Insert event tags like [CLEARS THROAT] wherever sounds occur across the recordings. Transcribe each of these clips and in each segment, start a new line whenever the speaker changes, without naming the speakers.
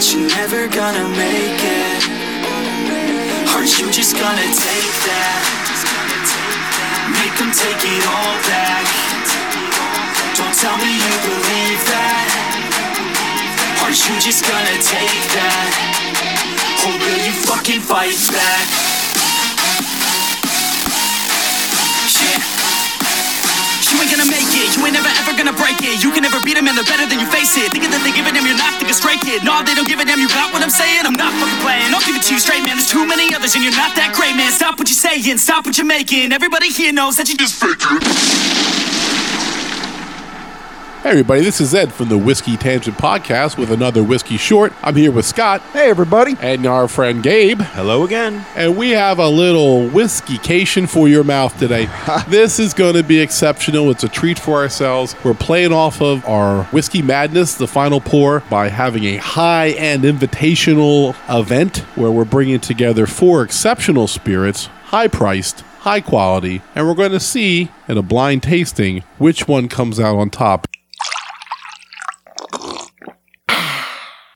never gonna make it? Are you just gonna take that? Make them take it all back. Don't tell me you believe that. Are you just gonna take that? Or will you fucking fight back? Yeah. You ain't gonna make it, you ain't never ever gonna break it. You can never beat them and they're better than you face it. Thinking that they give a damn, you're not thinking straight, kid. No, they don't give a damn, you got what I'm saying? I'm not fucking playing. I'll give it to you straight, man. There's too many others and you're not that great, man. Stop what you're saying, stop what you're making. Everybody here knows that you just faking.
Hey everybody, this is Ed from the Whiskey Tangent Podcast with another Whiskey Short. I'm here with Scott
Hey, everybody.
and our friend Gabe,
Hello again.
and we have a little whiskeycation for your mouth today. this is going to be exceptional. It's a treat for ourselves. We're playing off of our Whiskey Madness, the final pour, by having a high end invitational event where we're bringing together four exceptional spirits, high priced, high quality, and we're going to see in a blind tasting which one comes out on top.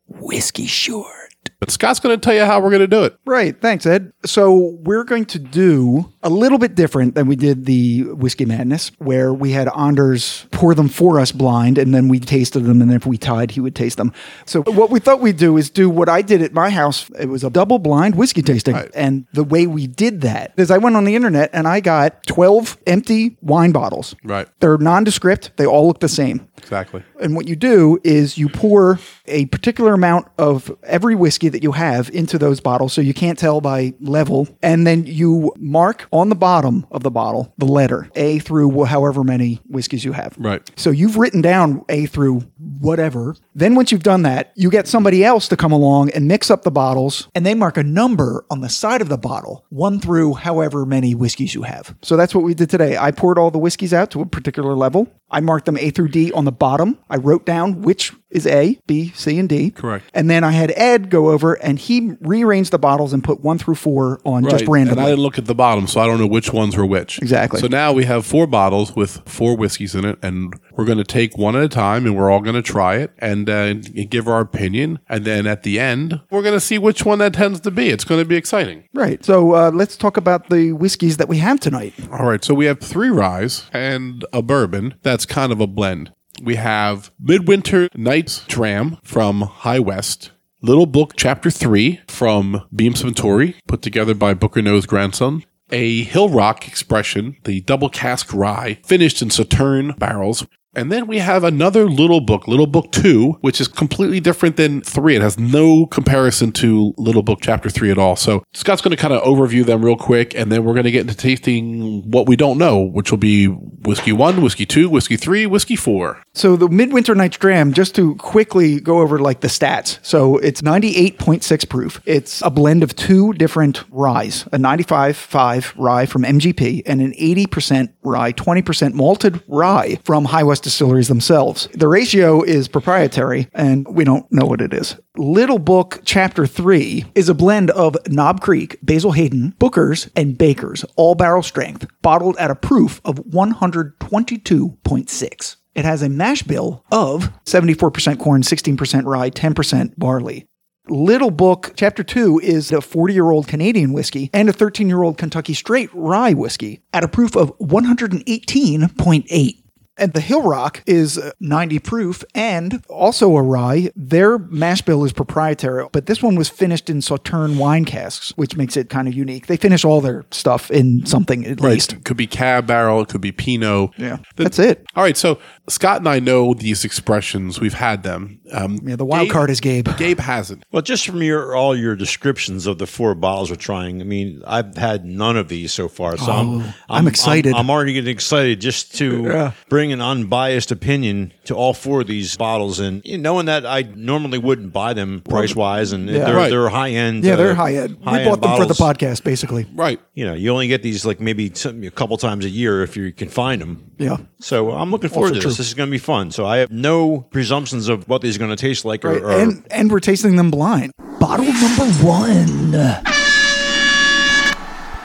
Whiskey short.
But Scott's going to tell you how we're going to do it.
Right. Thanks, Ed. So we're going to do a little bit different than we did the Whiskey Madness, where we had Anders pour them for us blind, and then we tasted them, and if we tied, he would taste them. So what we thought we'd do is do what I did at my house. It was a double blind whiskey tasting, and the way we did that is I went on the internet and I got twelve empty wine bottles.
Right.
They're nondescript. They all look the same.
Exactly.
And what you do is you pour a particular amount of every whiskey that you have into those bottles so you can't tell by level. And then you mark on the bottom of the bottle the letter A through wh- however many whiskeys you have.
Right.
So you've written down A through whatever. Then once you've done that, you get somebody else to come along and mix up the bottles and they mark a number on the side of the bottle, one through however many whiskeys you have. So that's what we did today. I poured all the whiskeys out to a particular level. I marked them A through D on the bottom. I wrote down which is A, B, C, and D.
Correct.
And then I had Ed go over and he rearranged the bottles and put one through four on just randomly.
And I didn't look at the bottom, so I don't know which ones were which.
Exactly.
So now we have four bottles with four whiskeys in it, and we're going to take one at a time, and we're all going to try it and uh, give our opinion. And then at the end, we're going to see which one that tends to be. It's going to be exciting.
right. So uh, let's talk about the whiskeys that we have tonight.
All right, so we have three ryes and a bourbon. That's kind of a blend. We have Midwinter Night's Dram from High West, Little Book Chapter 3 from Beam Suntory, put together by Booker No's grandson, a Hill Rock Expression, the double cask rye, finished in Saturn barrels. And then we have another little book, Little Book 2, which is completely different than 3. It has no comparison to Little Book Chapter 3 at all. So Scott's going to kind of overview them real quick, and then we're going to get into tasting what we don't know, which will be Whiskey 1, Whiskey 2, Whiskey 3, Whiskey 4.
So the Midwinter Night's Dram, just to quickly go over like the stats. So it's 98.6 proof. It's a blend of two different ryes, a 95.5 rye from MGP and an 80% rye, 20% malted rye from High West Distilleries themselves. The ratio is proprietary and we don't know what it is. Little Book Chapter 3 is a blend of Knob Creek, Basil Hayden, Booker's, and Baker's, all barrel strength, bottled at a proof of 122.6. It has a mash bill of 74% corn, 16% rye, 10% barley. Little Book Chapter 2 is a 40 year old Canadian whiskey and a 13 year old Kentucky straight rye whiskey at a proof of 118.8. And the Hill Rock is uh, 90 proof and also a rye. Their mash bill is proprietary, but this one was finished in Sauterne wine casks, which makes it kind of unique. They finish all their stuff in something at least.
It could be Cab Barrel, it could be Pinot.
Yeah.
The-
That's it.
All right, so Scott and I know these expressions. We've had them. Um,
Yeah, the wild
Gabe-
card is Gabe.
Gabe hasn't.
Well, just from your all your descriptions of the four bottles we're trying, I mean, I've had none of these so far, so I'm, I'm
Oh, excited.
I'm, already getting excited just to bring an unbiased opinion to all four of these bottles, and you know, knowing that I normally wouldn't buy them price wise, and they're
Right.
they're high end.
Yeah, they're high end. We bought them for the
podcast.
podcast, basically.
Right.
You know, you only get these like maybe some, a couple times a year if you can find them.
Yeah.
So I'm looking forward
Also
to
true.
this. This is going to be fun. So I have no presumptions of what these are going to taste like, or,
Right.
or
And and we're tasting them blind. Bottle number one. All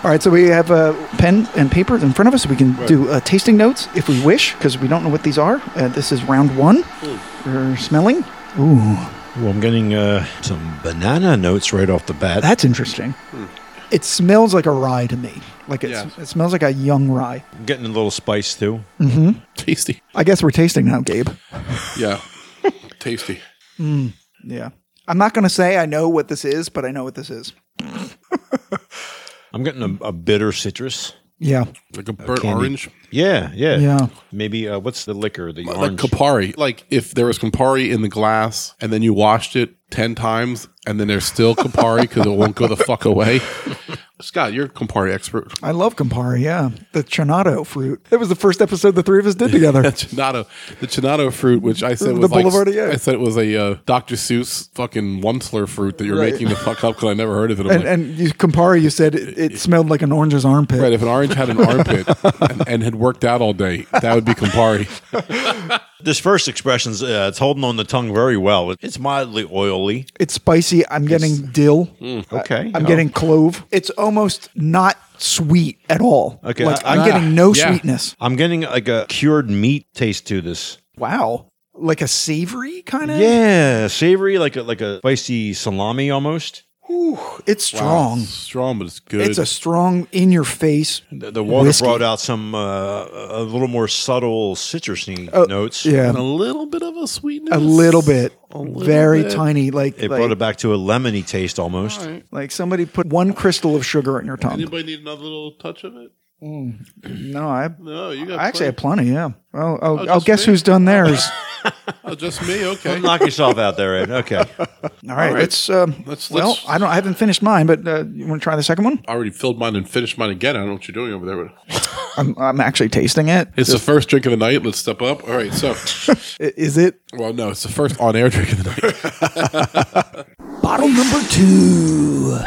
right, so we have a pen and paper in front of us. We can do uh, tasting notes if Hmm. we wish, because we don't know what these are. Uh, this is round one. We're smelling. Ooh,
Well, I'm getting uh, some banana notes right off the bat.
That's interesting. It smells like a rye to me. Like it's,
Yes.
it smells like a young rye.
I'm getting a little spice too.
Tasty.
I guess we're tasting now, Gabe. [LAUGHS]
Yeah. Tasty.
Yeah. I'm not going to say I know what this is, but I know what this is.
I'm getting a, a bitter citrus.
Yeah.
Like a burnt
candy.
orange.
Yeah, yeah,
Yeah.
Maybe uh, what's the liquor? The
Like
orange.
Campari. Like if there was Campari in the glass and then you washed it 10 times and then there's still Campari because it won't go the fuck away. [LAUGHS] Scott, you're a Campari expert.
I love Campari. Yeah. The Chinato fruit. That was the first episode the three of us did
[LAUGHS]
together.
Chinato, [LAUGHS] the Chinato fruit, which I said
The
was like,
Boulevardier.
I said it was a uh, Dr. Seuss fucking Onceler fruit that you're
Right.
making the fuck up because I never heard of it. I'm
and
like,
and you, Campari, you said it, it smelled like an orange's armpit.
[LAUGHS] right, if an orange had an
[LAUGHS]
armpit and, and had worked out all day, that would be Campari.
This first expression's uh, it's holding on the tongue very well. It's mildly oily.
It's spicy. I'm getting dill.
Mm, Okay,
I'm
no.
getting clove. It's almost not sweet at all.
Okay,
Like
I-
I'm
ah,
getting no
yeah.
sweetness.
I'm getting like a cured meat taste to this.
Wow. Like a savory kind of?
Yeah, savory, like a, like a spicy salami almost.
It's [LAUGHS] strong.
Strong, but it's good.
It's a strong in your face.
The, the water
Whiskey.
brought out some uh, a little more subtle citrusy notes.
and a
Oh, Yeah.
little bit of a sweetness.
A little bit.
A little
very
bit.
tiny. Like,
It
like,
brought it back to a lemony taste almost.
like somebody put one crystal of sugar in your tongue.
Anybody need another little touch of it?
No, I,
No, you got.
I actually have plenty. Yeah. Well, I'll, I'll
Oh, just
guess
me.
who's
[LAUGHS]
done theirs.
oh, just me. Okay.
Knock yourself out there, Ed. Okay.
All right,
right.
let's. Um,
Let's-
well,
let's-
I don't. I haven't finished mine, but uh, you want to try the second one?
I already filled mine and finished mine again. I don't know what you're doing over there, but
I'm, I'm actually tasting it.
it's the first drink of the night. Let's step up. All right. [LAUGHS] So,
I- Is it
well, no, it's the first on-air drink of the night.
bottle number two?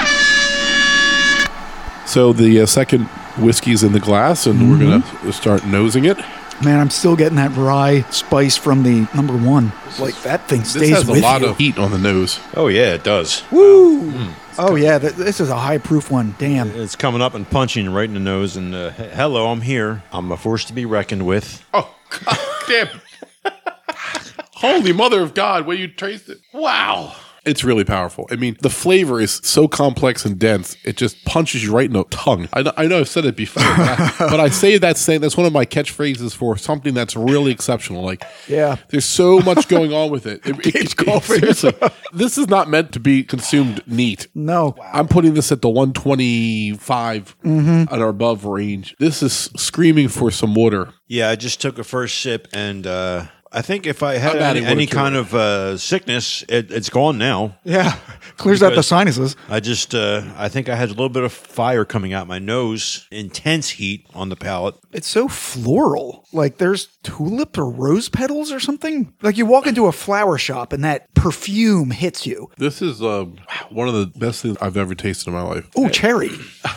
So the uh, second whiskey's in the glass, and we're gonna start nosing it.
Man, I'm still getting that rye spice from the number one. Like that thing stays
This has a
with
lot
you.
of Mm, heat on the nose.
oh yeah, it does.
Woo! oh yeah, th- this is a high proof one. Damn.
It's coming up and punching you right in the nose. And uh, he- hello, I'm here. I'm a force to be reckoned with.
Oh god, damn! Holy mother of God! When you taste it, wow! It's really powerful. I mean, the flavor is so complex and dense; it just punches you right in the tongue. I know, I know I've said it before, [LAUGHS] but I, but I say that saying that's one of my catchphrases for something that's really exceptional. Like,
Yeah.
there's so much going on with it. It, it, it- seriously, this is not meant to be consumed neat.
No.
I'm putting this at the 125 at or above range. This is screaming for some water.
Yeah, I just took a first sip, and uh, I think if I had
I'm adding
any, any
water to
kind of uh, sickness, it, it's gone now.
Yeah. [LAUGHS] Clears out the
Because-
sinuses.
I just, uh, I think I had a little bit of fire coming out my nose, intense heat on the palate.
It's so floral. Like there's tulip or rose petals or something. Like you walk into a flower shop and that perfume hits you.
This is uh, one of the best things I've ever tasted in my life.
Oh, cherry.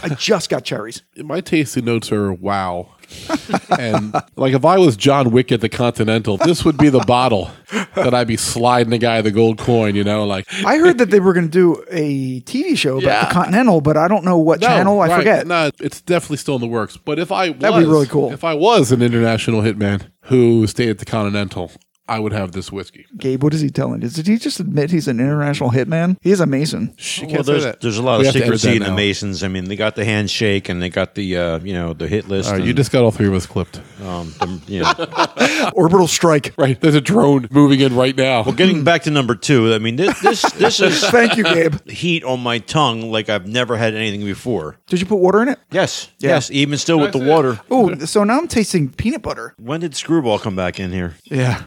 I just got cherries.
My tasting notes are wow. [LAUGHS] and like if I was John Wick at the Continental, this would be the bottle that I'd be sliding the guy the gold coin, you know, like
I heard that they were going to do a TV show about the
Yeah.
Continental, but I don't know what channel. I
right.
forget.
No, it's definitely still in the works. But if I was,
That'd be really cool.
If I was an international hitman who stayed at the Continental, I would have this whiskey.
Gabe, what is he telling? Did he just admit he's an international hitman? He's a mason.
She
Well, there's, there's a lot of secrecy in the Masons. I mean, they got the handshake, and they got the, uh, you know, the hit list.
you
and,
just got all three of us clipped.
um, the- you know.
[LAUGHS] Orbital strike.
Right, there's a drone moving in right
[LAUGHS]
now. [CLEARS THROAT]
Getting back to number two, I mean, this this this is [LAUGHS]
Thank
[LAUGHS]
you, Gabe.
heat on my tongue like I've never had anything before.
Did you put water in it?
Yes, yes, even still with the
see it?
water.
Oh, so now I'm tasting peanut butter.
When did Screwball come back in here?
Yeah.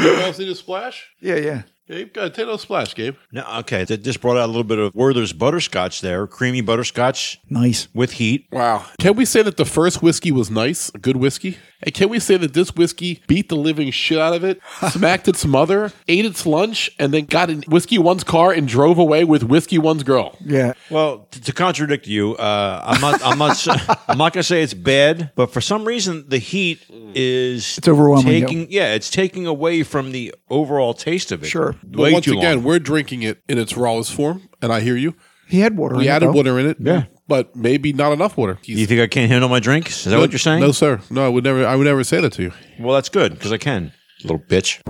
you all seen a splash?
Yeah, yeah.
Gabe, got take a splash, Gabe.
No, okay, that just brought out a little bit of Werther's butterscotch there, creamy butterscotch
Nice.
with heat.
Wow. Can we say that the first whiskey was nice, a good whiskey? And can we say that this whiskey beat the living shit out of [LAUGHS] it, smacked its mother, ate its lunch, and then got in Whiskey One's car and drove away with Whiskey One's girl?
Yeah.
Well, t- to contradict you, uh, I'm not, I'm not, s- [LAUGHS] I'm not gonna say it's bad, but for some reason the heat is
It's overwhelming, yeah.
Taking, yeah, it's taking away from the overall taste of it.
Sure.
But
way
once
too
again,
long.
we're drinking it in its rawest form, and I hear you.
He had water
We
in
added
it. though.
water in it, yeah, but maybe not enough water.
You think I can't handle my drink? Is that what you're saying?
No, sir. No, I would never. I would never say that to you.
Well, that's good because I can. Little bitch.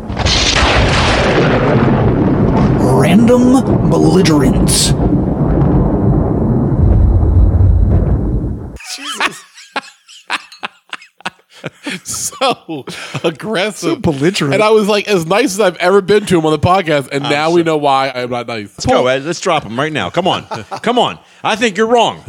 Random belligerents.
so [LAUGHS] aggressive,
So belligerent.
And I was like, as nice as I've ever been to him on the podcast,
Oh,
and now we know why I'm not nice.
Let's go, Ed. Let's drop him right now. Come on. [LAUGHS] Come on. I think you're wrong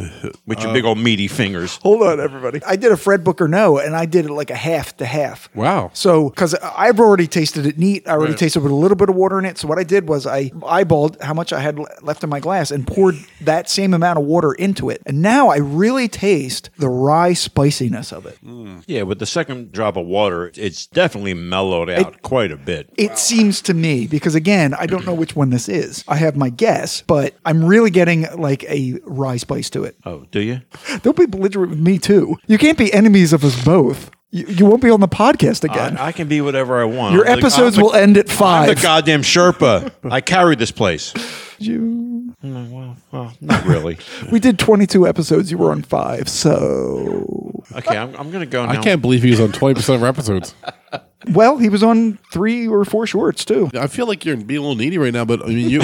with your big old meaty fingers.
Hold on, everybody. I did a Fred Booker no, and I did it like a half to half.
Wow.
So, because I've already tasted it neat, I already tasted with a little bit of water in it. So, what I did was I eyeballed how much I had le- left in my glass and poured that same amount of water into it. And now I really taste the rye spiciness of it.
Yeah, with the second drop of water, it's definitely mellowed out quite a bit.
It seems to me, because again, I don't know which one this is. I have my guess, but I'm really getting like a rye spice to it.
Oh, do you?
Don't be belligerent with me, too. You can't be enemies of us both. You, you won't be on the podcast again.
I, I can be whatever I want.
Your
I'm the-
episodes
I'm the-
will end at
[LAUGHS] I'm the
five.
goddamn [LAUGHS] Sherpa. I carried this place. Not really.
We did 22 episodes. You were on five. So,
[LAUGHS] Okay, I'm, I'm going to go now.
I can't believe he was on 20 percent of our episodes.
well, he was on three or four shorts too.
I feel like you're being a little needy right now, but I mean [LAUGHS] you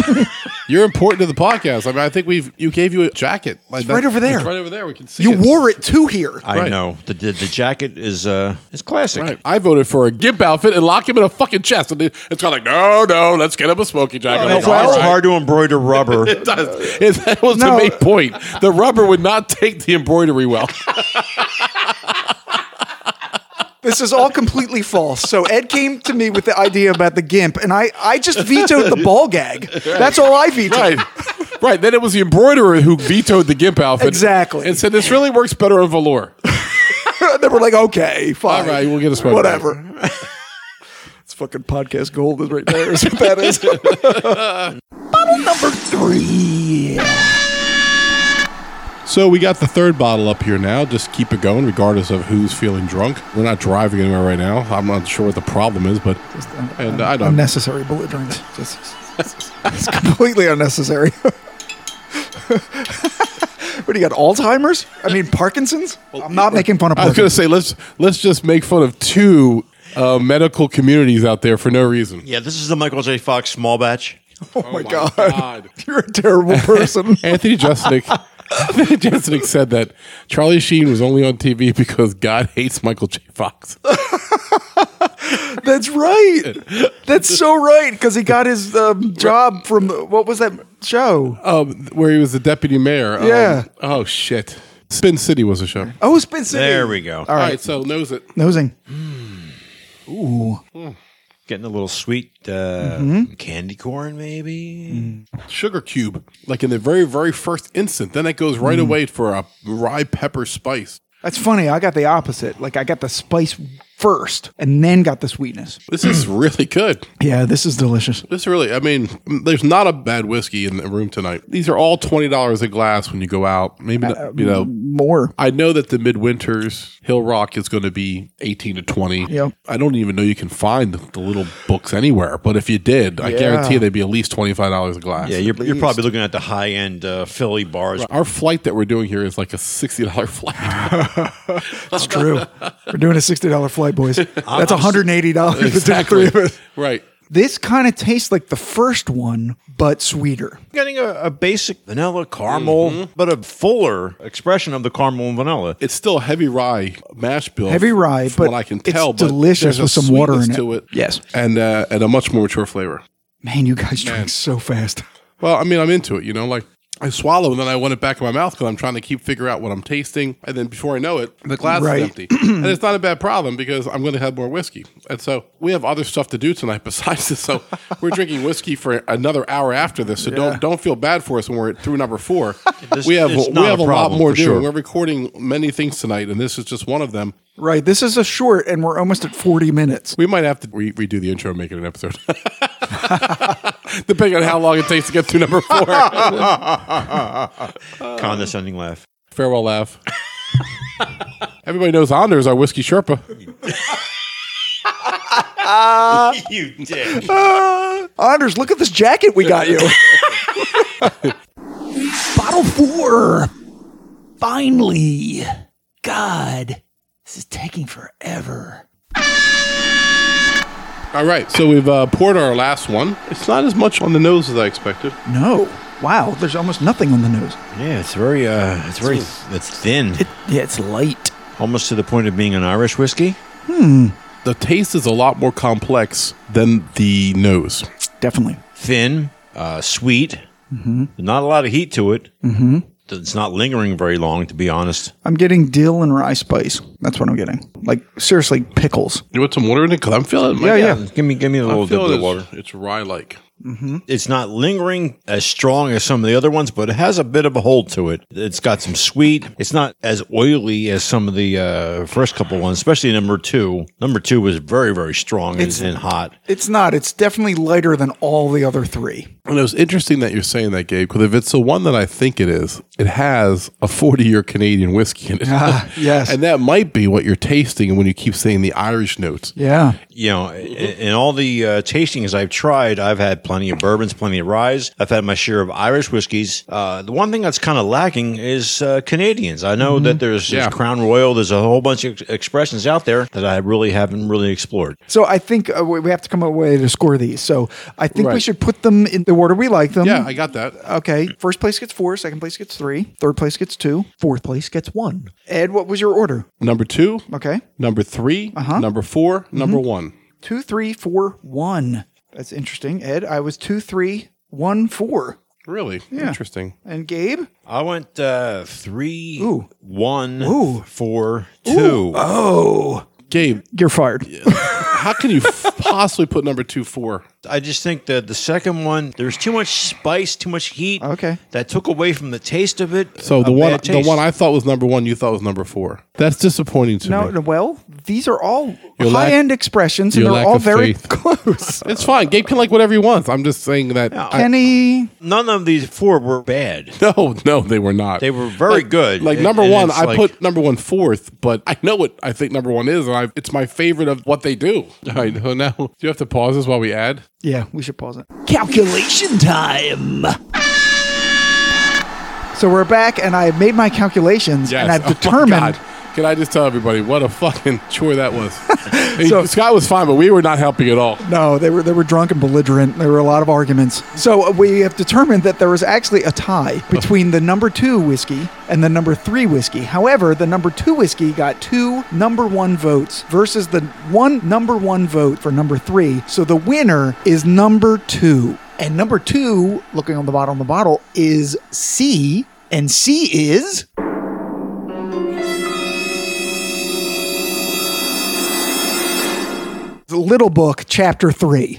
you're important to the podcast. I mean, I think we've you gave you a jacket. Like
It's right over there.
right over there. We can see
You
it.
wore it to here.
I
Right.
know. The, the, the jacket is uh, it's classic.
Right. I voted for a gimp outfit and lock him in a fucking chest. And it- it's kind of like, no, no, let's get him a smoking jacket.
It's,
I'm like,
well-
it's
all right.
hard to embroider rubber. [LAUGHS]
It does. It- [LAUGHS] that was
No.
the main point. The rubber would not take the embroidery well.
This is all completely false. So Ed came to me with the idea about the gimp, and I, I just vetoed the ball gag. That's all I vetoed.
right. Right. Then it was the embroiderer who vetoed the gimp outfit.
Exactly.
And said, this really works better on velour.
[LAUGHS] they were like, okay, fine.
All right, we'll get a smoke [LAUGHS]
Whatever. it's fucking podcast gold is right there. Is what that
[LAUGHS]
is.
Number three.
So we got the third bottle up here now. Just keep it going, regardless of who's feeling drunk. We're not driving anywhere right now. I'm not sure what the problem is, but and I don't.
unnecessary belligerence. Just, it's completely unnecessary. [LAUGHS] what do you got? Alzheimer's? I mean, Parkinson's? I'm not making fun of
I was going to
Parkinson's.
say let's let's just make fun of two uh, medical communities out there for no reason.
Yeah, this is the Michael J. Fox small batch.
oh, my god. [LAUGHS] You're a terrible person.
Anthony
[LAUGHS]
Jeselnik. Anthony Jeselnik said that Charlie Sheen was only on TV because God hates Michael J. Fox.
That's right. That's so right because he got his um, job from the, what was that show?
Um, where he was the deputy mayor. Um,
Yeah.
oh shet. Spin City was a show. All right,
Oh, Spin City.
There we go.
so knows it.
Nosing.
Getting a little sweet uh, candy corn, maybe.
sugar cube, like in the very, very first instant. Then it goes right away for a rye pepper spice.
That's funny. I got the opposite. Like I got the spice first and then got the sweetness.
This is really good.
Yeah, this is delicious.
This really, I mean, there's not a bad whiskey in the room tonight. These are all twenty dollars a glass when you go out. Maybe not- you know.
More.
I know that the midwinters Hill Rock is going to be eighteen to twenty.
Yep.
I don't even know you can find the, the little books anywhere, but if you did, I guarantee you they'd be at least twenty five dollars a glass.
Yeah, you're, you're probably looking at the high end uh, Philly bars.
Our flight that we're doing here is like a sixty dollar [LAUGHS]
Ah,
flight.
That's true. We're doing a sixty dollar flight, boys. That's one hundred and eighty dollars.
right.
This kind of tastes like the first one, but sweeter.
Getting a, a basic vanilla caramel, but a fuller expression of the caramel and vanilla.
It's still a heavy rye mash bill.
Heavy rye,
from
but
what I can
it's
tell, but
delicious
there's a
with some water
sweetness
in it.
To it.
Yes.
and uh, and a much more mature flavor.
Man, you guys drink so fast.
Well, I mean, I'm into it. You know, like I swallow and then I want it back in my mouth because I'm trying to keep figure out what I'm tasting, and then before I know it, the glass is
Right.
[CLEARS THROAT]
empty, and it's not a bad problem because I'm going to have more whiskey, and so we have other stuff to do tonight [LAUGHS] besides this. So we're drinking whiskey for another hour after this. So don't don't feel bad for us when we're through number four.
[LAUGHS] This-
we have
it's
we
not
have
a
a, lot
problem,
more
for
doing.
sure.
We're recording many things tonight, and this is just one of them.
Right. This is a short, and we're almost at forty minutes.
We might have to re- redo the intro and make it an episode. [LAUGHS] Depending on how long it takes to get through number
[LAUGHS]
four.
Condescending laugh.
Farewell laugh. [LAUGHS] Everybody knows Anders, our whiskey Sherpa.
You did.
Anders, look at this jacket we got you.
Bottle four. Finally. God, this is taking forever.
All right, so we've uh, poured our last one. It's not as much on the nose as I expected.
No. Wow, there's almost nothing on the nose.
Yeah, it's very, uh, it's very, it's thin,
Yeah, it's light.
almost to the point of being an Irish whiskey.
The taste is a lot more complex than the nose.
Definitely.
Thin, uh, sweet, not a lot of heat to it. Mm-hmm. It's not lingering very long, to be honest.
I'm getting dill and rye spice. That's what I'm getting. Like, seriously, pickles.
You want some water in it? Because I'm feeling
Yeah, yeah.
Give me, give me a
I'm
little dip
feeling
of
it's,
water.
it's rye-like.
It's not lingering as strong as some of the other ones, but it has a bit of a hold to it. It's got some sweet. It's not as oily as some of the uh, first couple ones, especially number two. Number two was very, very strong and, and hot.
It's not. It's definitely lighter than all the other three.
And it was interesting that you're saying that, Gabe, because if it's the one that I think it is, it has a 40 year Canadian whiskey in it.
Ah,
[LAUGHS]
yes.
And that might be what you're tasting when you keep saying the Irish notes.
Yeah.
you know, i- in all the uh, tastings I've tried, I've had plenty of bourbons, plenty of ryes. I've had my share of Irish whiskeys. Uh, the one thing that's kind of lacking is uh, Canadians. I know that there's,
Yeah.
there's Crown Royal, there's a whole bunch of ex- expressions out there that I really haven't really explored.
So I think uh, we we have to come up with a way to score these. So I think we
Right.
should put them in the order we like them.
Yeah, I got that.
Okay. First place gets four. Second place gets three. Third place gets two. Fourth place gets one. Ed, what was your order?
Number two,
Okay.
number 3 number 4 number one.
Two, three, four, one. That's interesting. Ed, I was two, three, one, four.
Really interesting.
And Gabe?
I went uh, three,
Ooh.
one,
Ooh.
four, two. Uh.
Oh,
Gabe,
you're fired.
how can you [LAUGHS] f- possibly put number two four?
I just think that the second one, there's too much spice, too much heat.
Okay.
That took away from the taste of it.
So the
A
one,
bad
the
taste.
one I thought was number one, you thought was number four. That's disappointing to
No,
me.
no, well, these are all
Your lack-
high-end expressions, and
your
they're
lack
all
of
very
faith.
close.
It's fine. Gabe can like whatever he wants. I'm just saying that. [LAUGHS] I-
Kenny,
None of these four were bad.
[LAUGHS] no, no, they were not.
They were very good.
Like
And-
number
and
one,
it's
I
like-
put number one fourth, but I know what I think number one is, and I, it's my favorite of what they
[LAUGHS]
do. All right, so now do you have to pause this while we add?
yeah, we should pause it.
Calculation time.
So we're back, and I made my calculations, and I've
Oh my
determined.
God. Can I just tell everybody what a fucking [LAUGHS] chore that
[LAUGHS]
was? Hey,
So-
Scott was fine, but we were not helping at all.
no, they were they were drunk and belligerent. There were a lot of arguments. So uh, we have determined that there was actually a tie between the number two whiskey and the number three whiskey. However, the number two whiskey got two number one votes versus the one number one vote for number three. So the winner is number two, and number two, looking on the bottom of the bottle, is C, and C is. The Little Book, Chapter 3.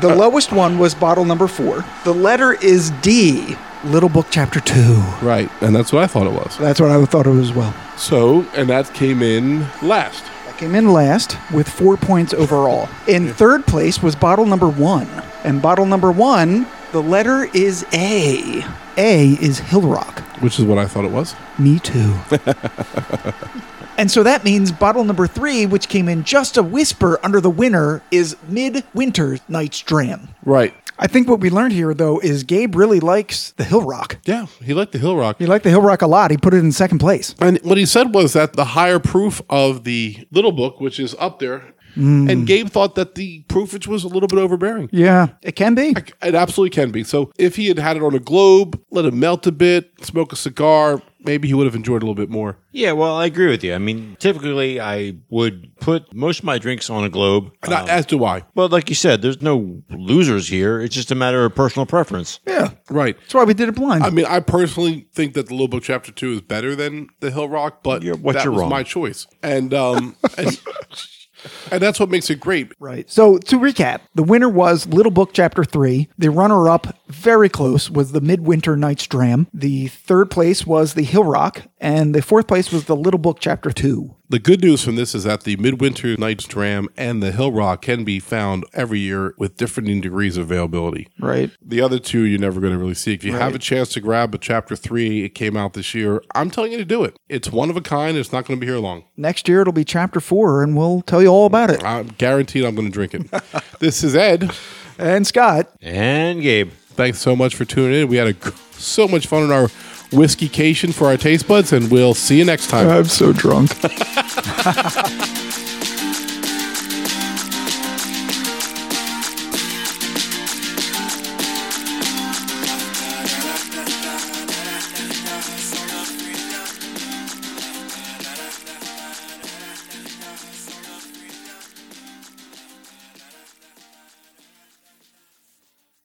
The lowest one was bottle number 4. The letter is D, Little Book, Chapter 2.
Right, and that's what I thought it was.
That's what I thought it was as well.
So, and that came in last.
That came in last with four points overall. In third place was bottle number 1. And bottle number 1, the letter is A. A is Hill Rock.
Which is what I thought it was.
Me too. [LAUGHS] and so that means bottle number three, which came in just a whisper under the winner, is Midwinter Night's Dram.
Right.
I think what we learned here, though, is Gabe really likes the Hill Rock.
Yeah, he liked the Hill Rock.
He liked the Hill Rock a lot. He put it in second place.
And what he said was that the higher proof of the little book, which is up there,
Mm.
and Gabe thought that the proofage was a little bit overbearing.
Yeah. It can be.
It absolutely can be. So if he had had it on a globe, let it melt a bit, smoke a cigar, maybe he would have enjoyed it a little bit more.
Yeah, well, I agree with you. I mean, typically I would put most of my drinks on a globe. Um,
And
Um,
I- as do I.
But like you said, there's no losers here. It's just a matter of personal preference.
Yeah.
Right.
That's why we did it blind.
I mean, I personally think that the Little Book Chapter Two is better than the Hill Rock, but
You're- what
that
you're
was
wrong.
my choice, and um, and, and that's what makes it great.
Right. So to recap, the winner was Little Book Chapter 3. The runner up, very close, was the Midwinter Night's Dram. The third place was the Hill Rock. And the fourth place was the Little Book Chapter 2.
The good news from this is that the Midwinter Night's Dram and the Hill Rock can be found every year with differing degrees of availability.
Right.
The other two you're never going to really see. If you have a chance to grab a chapter three, it came out this year. I'm telling you to do it. It's one of a kind. It's not going to be here long.
Next year it'll be Chapter 4, and we'll tell you all about it.
I'm guaranteed I'm going to drink it. this is Ed.
And Scott,
And Gabe,
Thanks so much for tuning in. We had a, g- so much fun in our whiskeycation for our taste buds, and we'll see you next time.
I'm so drunk.